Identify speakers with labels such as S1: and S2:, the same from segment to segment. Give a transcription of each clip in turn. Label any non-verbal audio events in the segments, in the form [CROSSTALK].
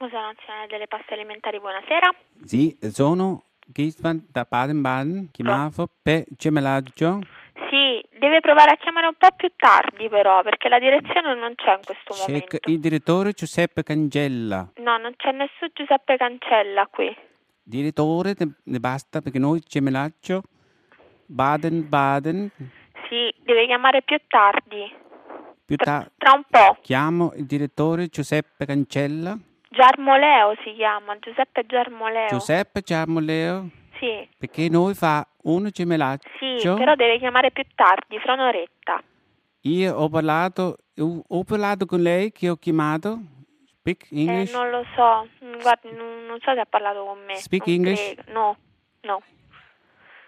S1: Museo Nazionale delle Paste Alimentari, buonasera.
S2: Sì, sono Gisvan da Baden-Baden, chiamavo per gemellaggio.
S1: Sì, deve provare a chiamare un po' più tardi però, perché la direzione non c'è in questo momento.
S2: Cerca il direttore Giuseppe Cangella,
S1: No, non c'è nessun Giuseppe Cancella qui.
S2: direttore ne- ne basta perché noi gemellaggio Baden-Baden,
S1: Sì, deve chiamare più tardi,
S2: più tardi
S1: tra un po'.
S2: chiamo il direttore Giuseppe Cancella,
S1: Giarmoleo si chiama, Giuseppe Giarmoleo.
S2: Giuseppe Giarmoleo,
S1: Sì,
S2: perché noi fa un gemellaggio.
S1: sì, però deve chiamare più tardi, fra un'oretta.
S2: Io ho parlato, ho ho parlato con lei che ho chiamato, speak English.
S1: Eh, non lo so, Mm, guardi, non, non so se ha parlato con me.
S2: Speak
S1: non
S2: English?
S1: credo. No, no,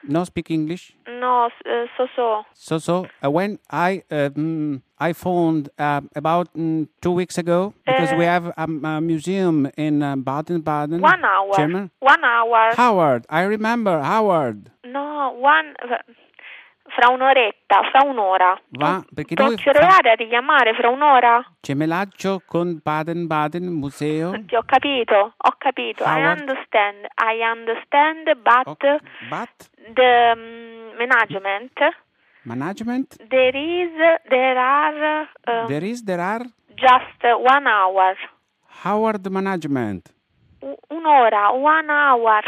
S2: No speak English.
S1: no, s- eh, so so.
S2: So so uh, when I um, I phoned uh, about mm, two weeks ago because we
S1: Uh,
S2: have um, a museum in uh, Baden Baden.
S1: One hour.
S2: German.
S1: One hour.
S2: Howard, I remember Howard.
S1: No, one... Fra un'oretta, fra un'ora.
S2: Va, perché Oh.
S1: non
S2: noi
S1: ci
S2: fa-
S1: provare a richiamare fra un'ora?
S2: gemellaggio con Baden Baden Museo.
S1: Ti ho capito, ho capito.
S2: Howard.
S1: I understand, I understand, but
S2: Ok, But
S1: the mm, management,
S2: management
S1: there is, there are um,
S2: there is there are
S1: just one hour.
S2: Howard management.
S1: U- Un'ora, one hour,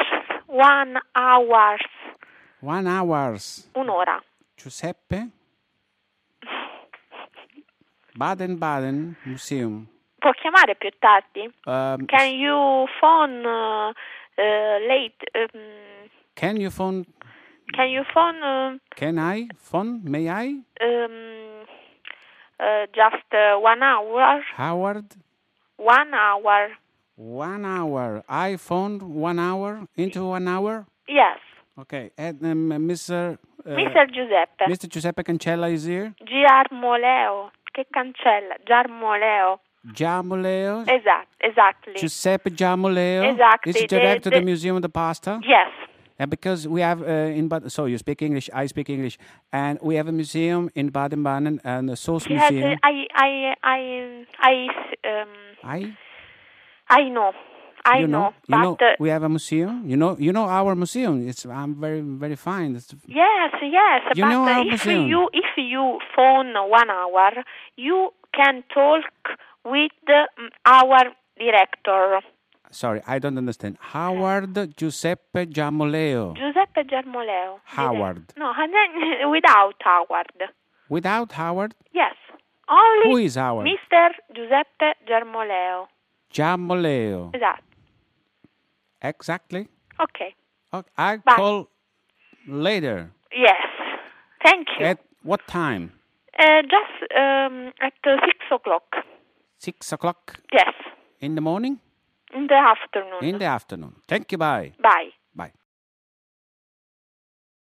S1: one hour,
S2: One hours.
S1: un'ora. [SIGHS]
S2: Giuseppe Baden Baden Museum.
S1: Può chiamare più tardi?
S2: Um,
S1: Can you phone uh, uh, late? um,
S2: can you phone
S1: can you phone um,
S2: Can I? Phone? May I?
S1: um, uh, just uh, one hour?
S2: Howard?
S1: One hour.
S2: One hour. I phoned one hour into one hour.
S1: Yes.
S2: Okay. And um, Mr. uh,
S1: Mr. Giuseppe.
S2: Mr. Giuseppe Cancella is here.
S1: Giarmoleo. Che cancella? Giarmoleo.
S2: Giamoleo.
S1: Esatto, exactly.
S2: Giuseppe Giamoleo.
S1: Exactly.
S2: Is the
S1: The-
S2: director of
S1: the-
S2: the Museum of the Pasta.
S1: Yes.
S2: And because we have uh, in Bad- so you speak English, I speak English, and we have a museum in Baden-Baden and a source
S1: Yes,
S2: museum.
S1: uh, I, I, I, I, um,
S2: I,
S1: I know. I
S2: you know, you
S1: but
S2: know,
S1: uh,
S2: we have a museum. You know, you know our museum. It's I'm very very fine. It's
S1: yes, yes.
S2: You
S1: but
S2: know
S1: uh,
S2: how
S1: if
S2: soon?
S1: you if you phone one hour, you can talk with uh, our director
S2: Sorry, I don't understand. Howard Giuseppe Giamoleo.
S1: Giuseppe Giarmoleo.
S2: Howard.
S1: No, and then [LAUGHS] without Howard.
S2: Without Howard,
S1: Yes. Only
S2: who is Howard?
S1: Mr. Giuseppe Germoleo.
S2: Giamoleo.
S1: Esatto.
S2: Exactly.
S1: Ok.
S2: Okay, I
S1: Bye.
S2: call later.
S1: Yes. Thank you.
S2: At what time?
S1: Uh, just um, at uh, 6 o'clock.
S2: Six o'clock
S1: Yes.
S2: in the morning?
S1: In the afternoon.
S2: In the afternoon. Thank you. Bye.
S1: Bye.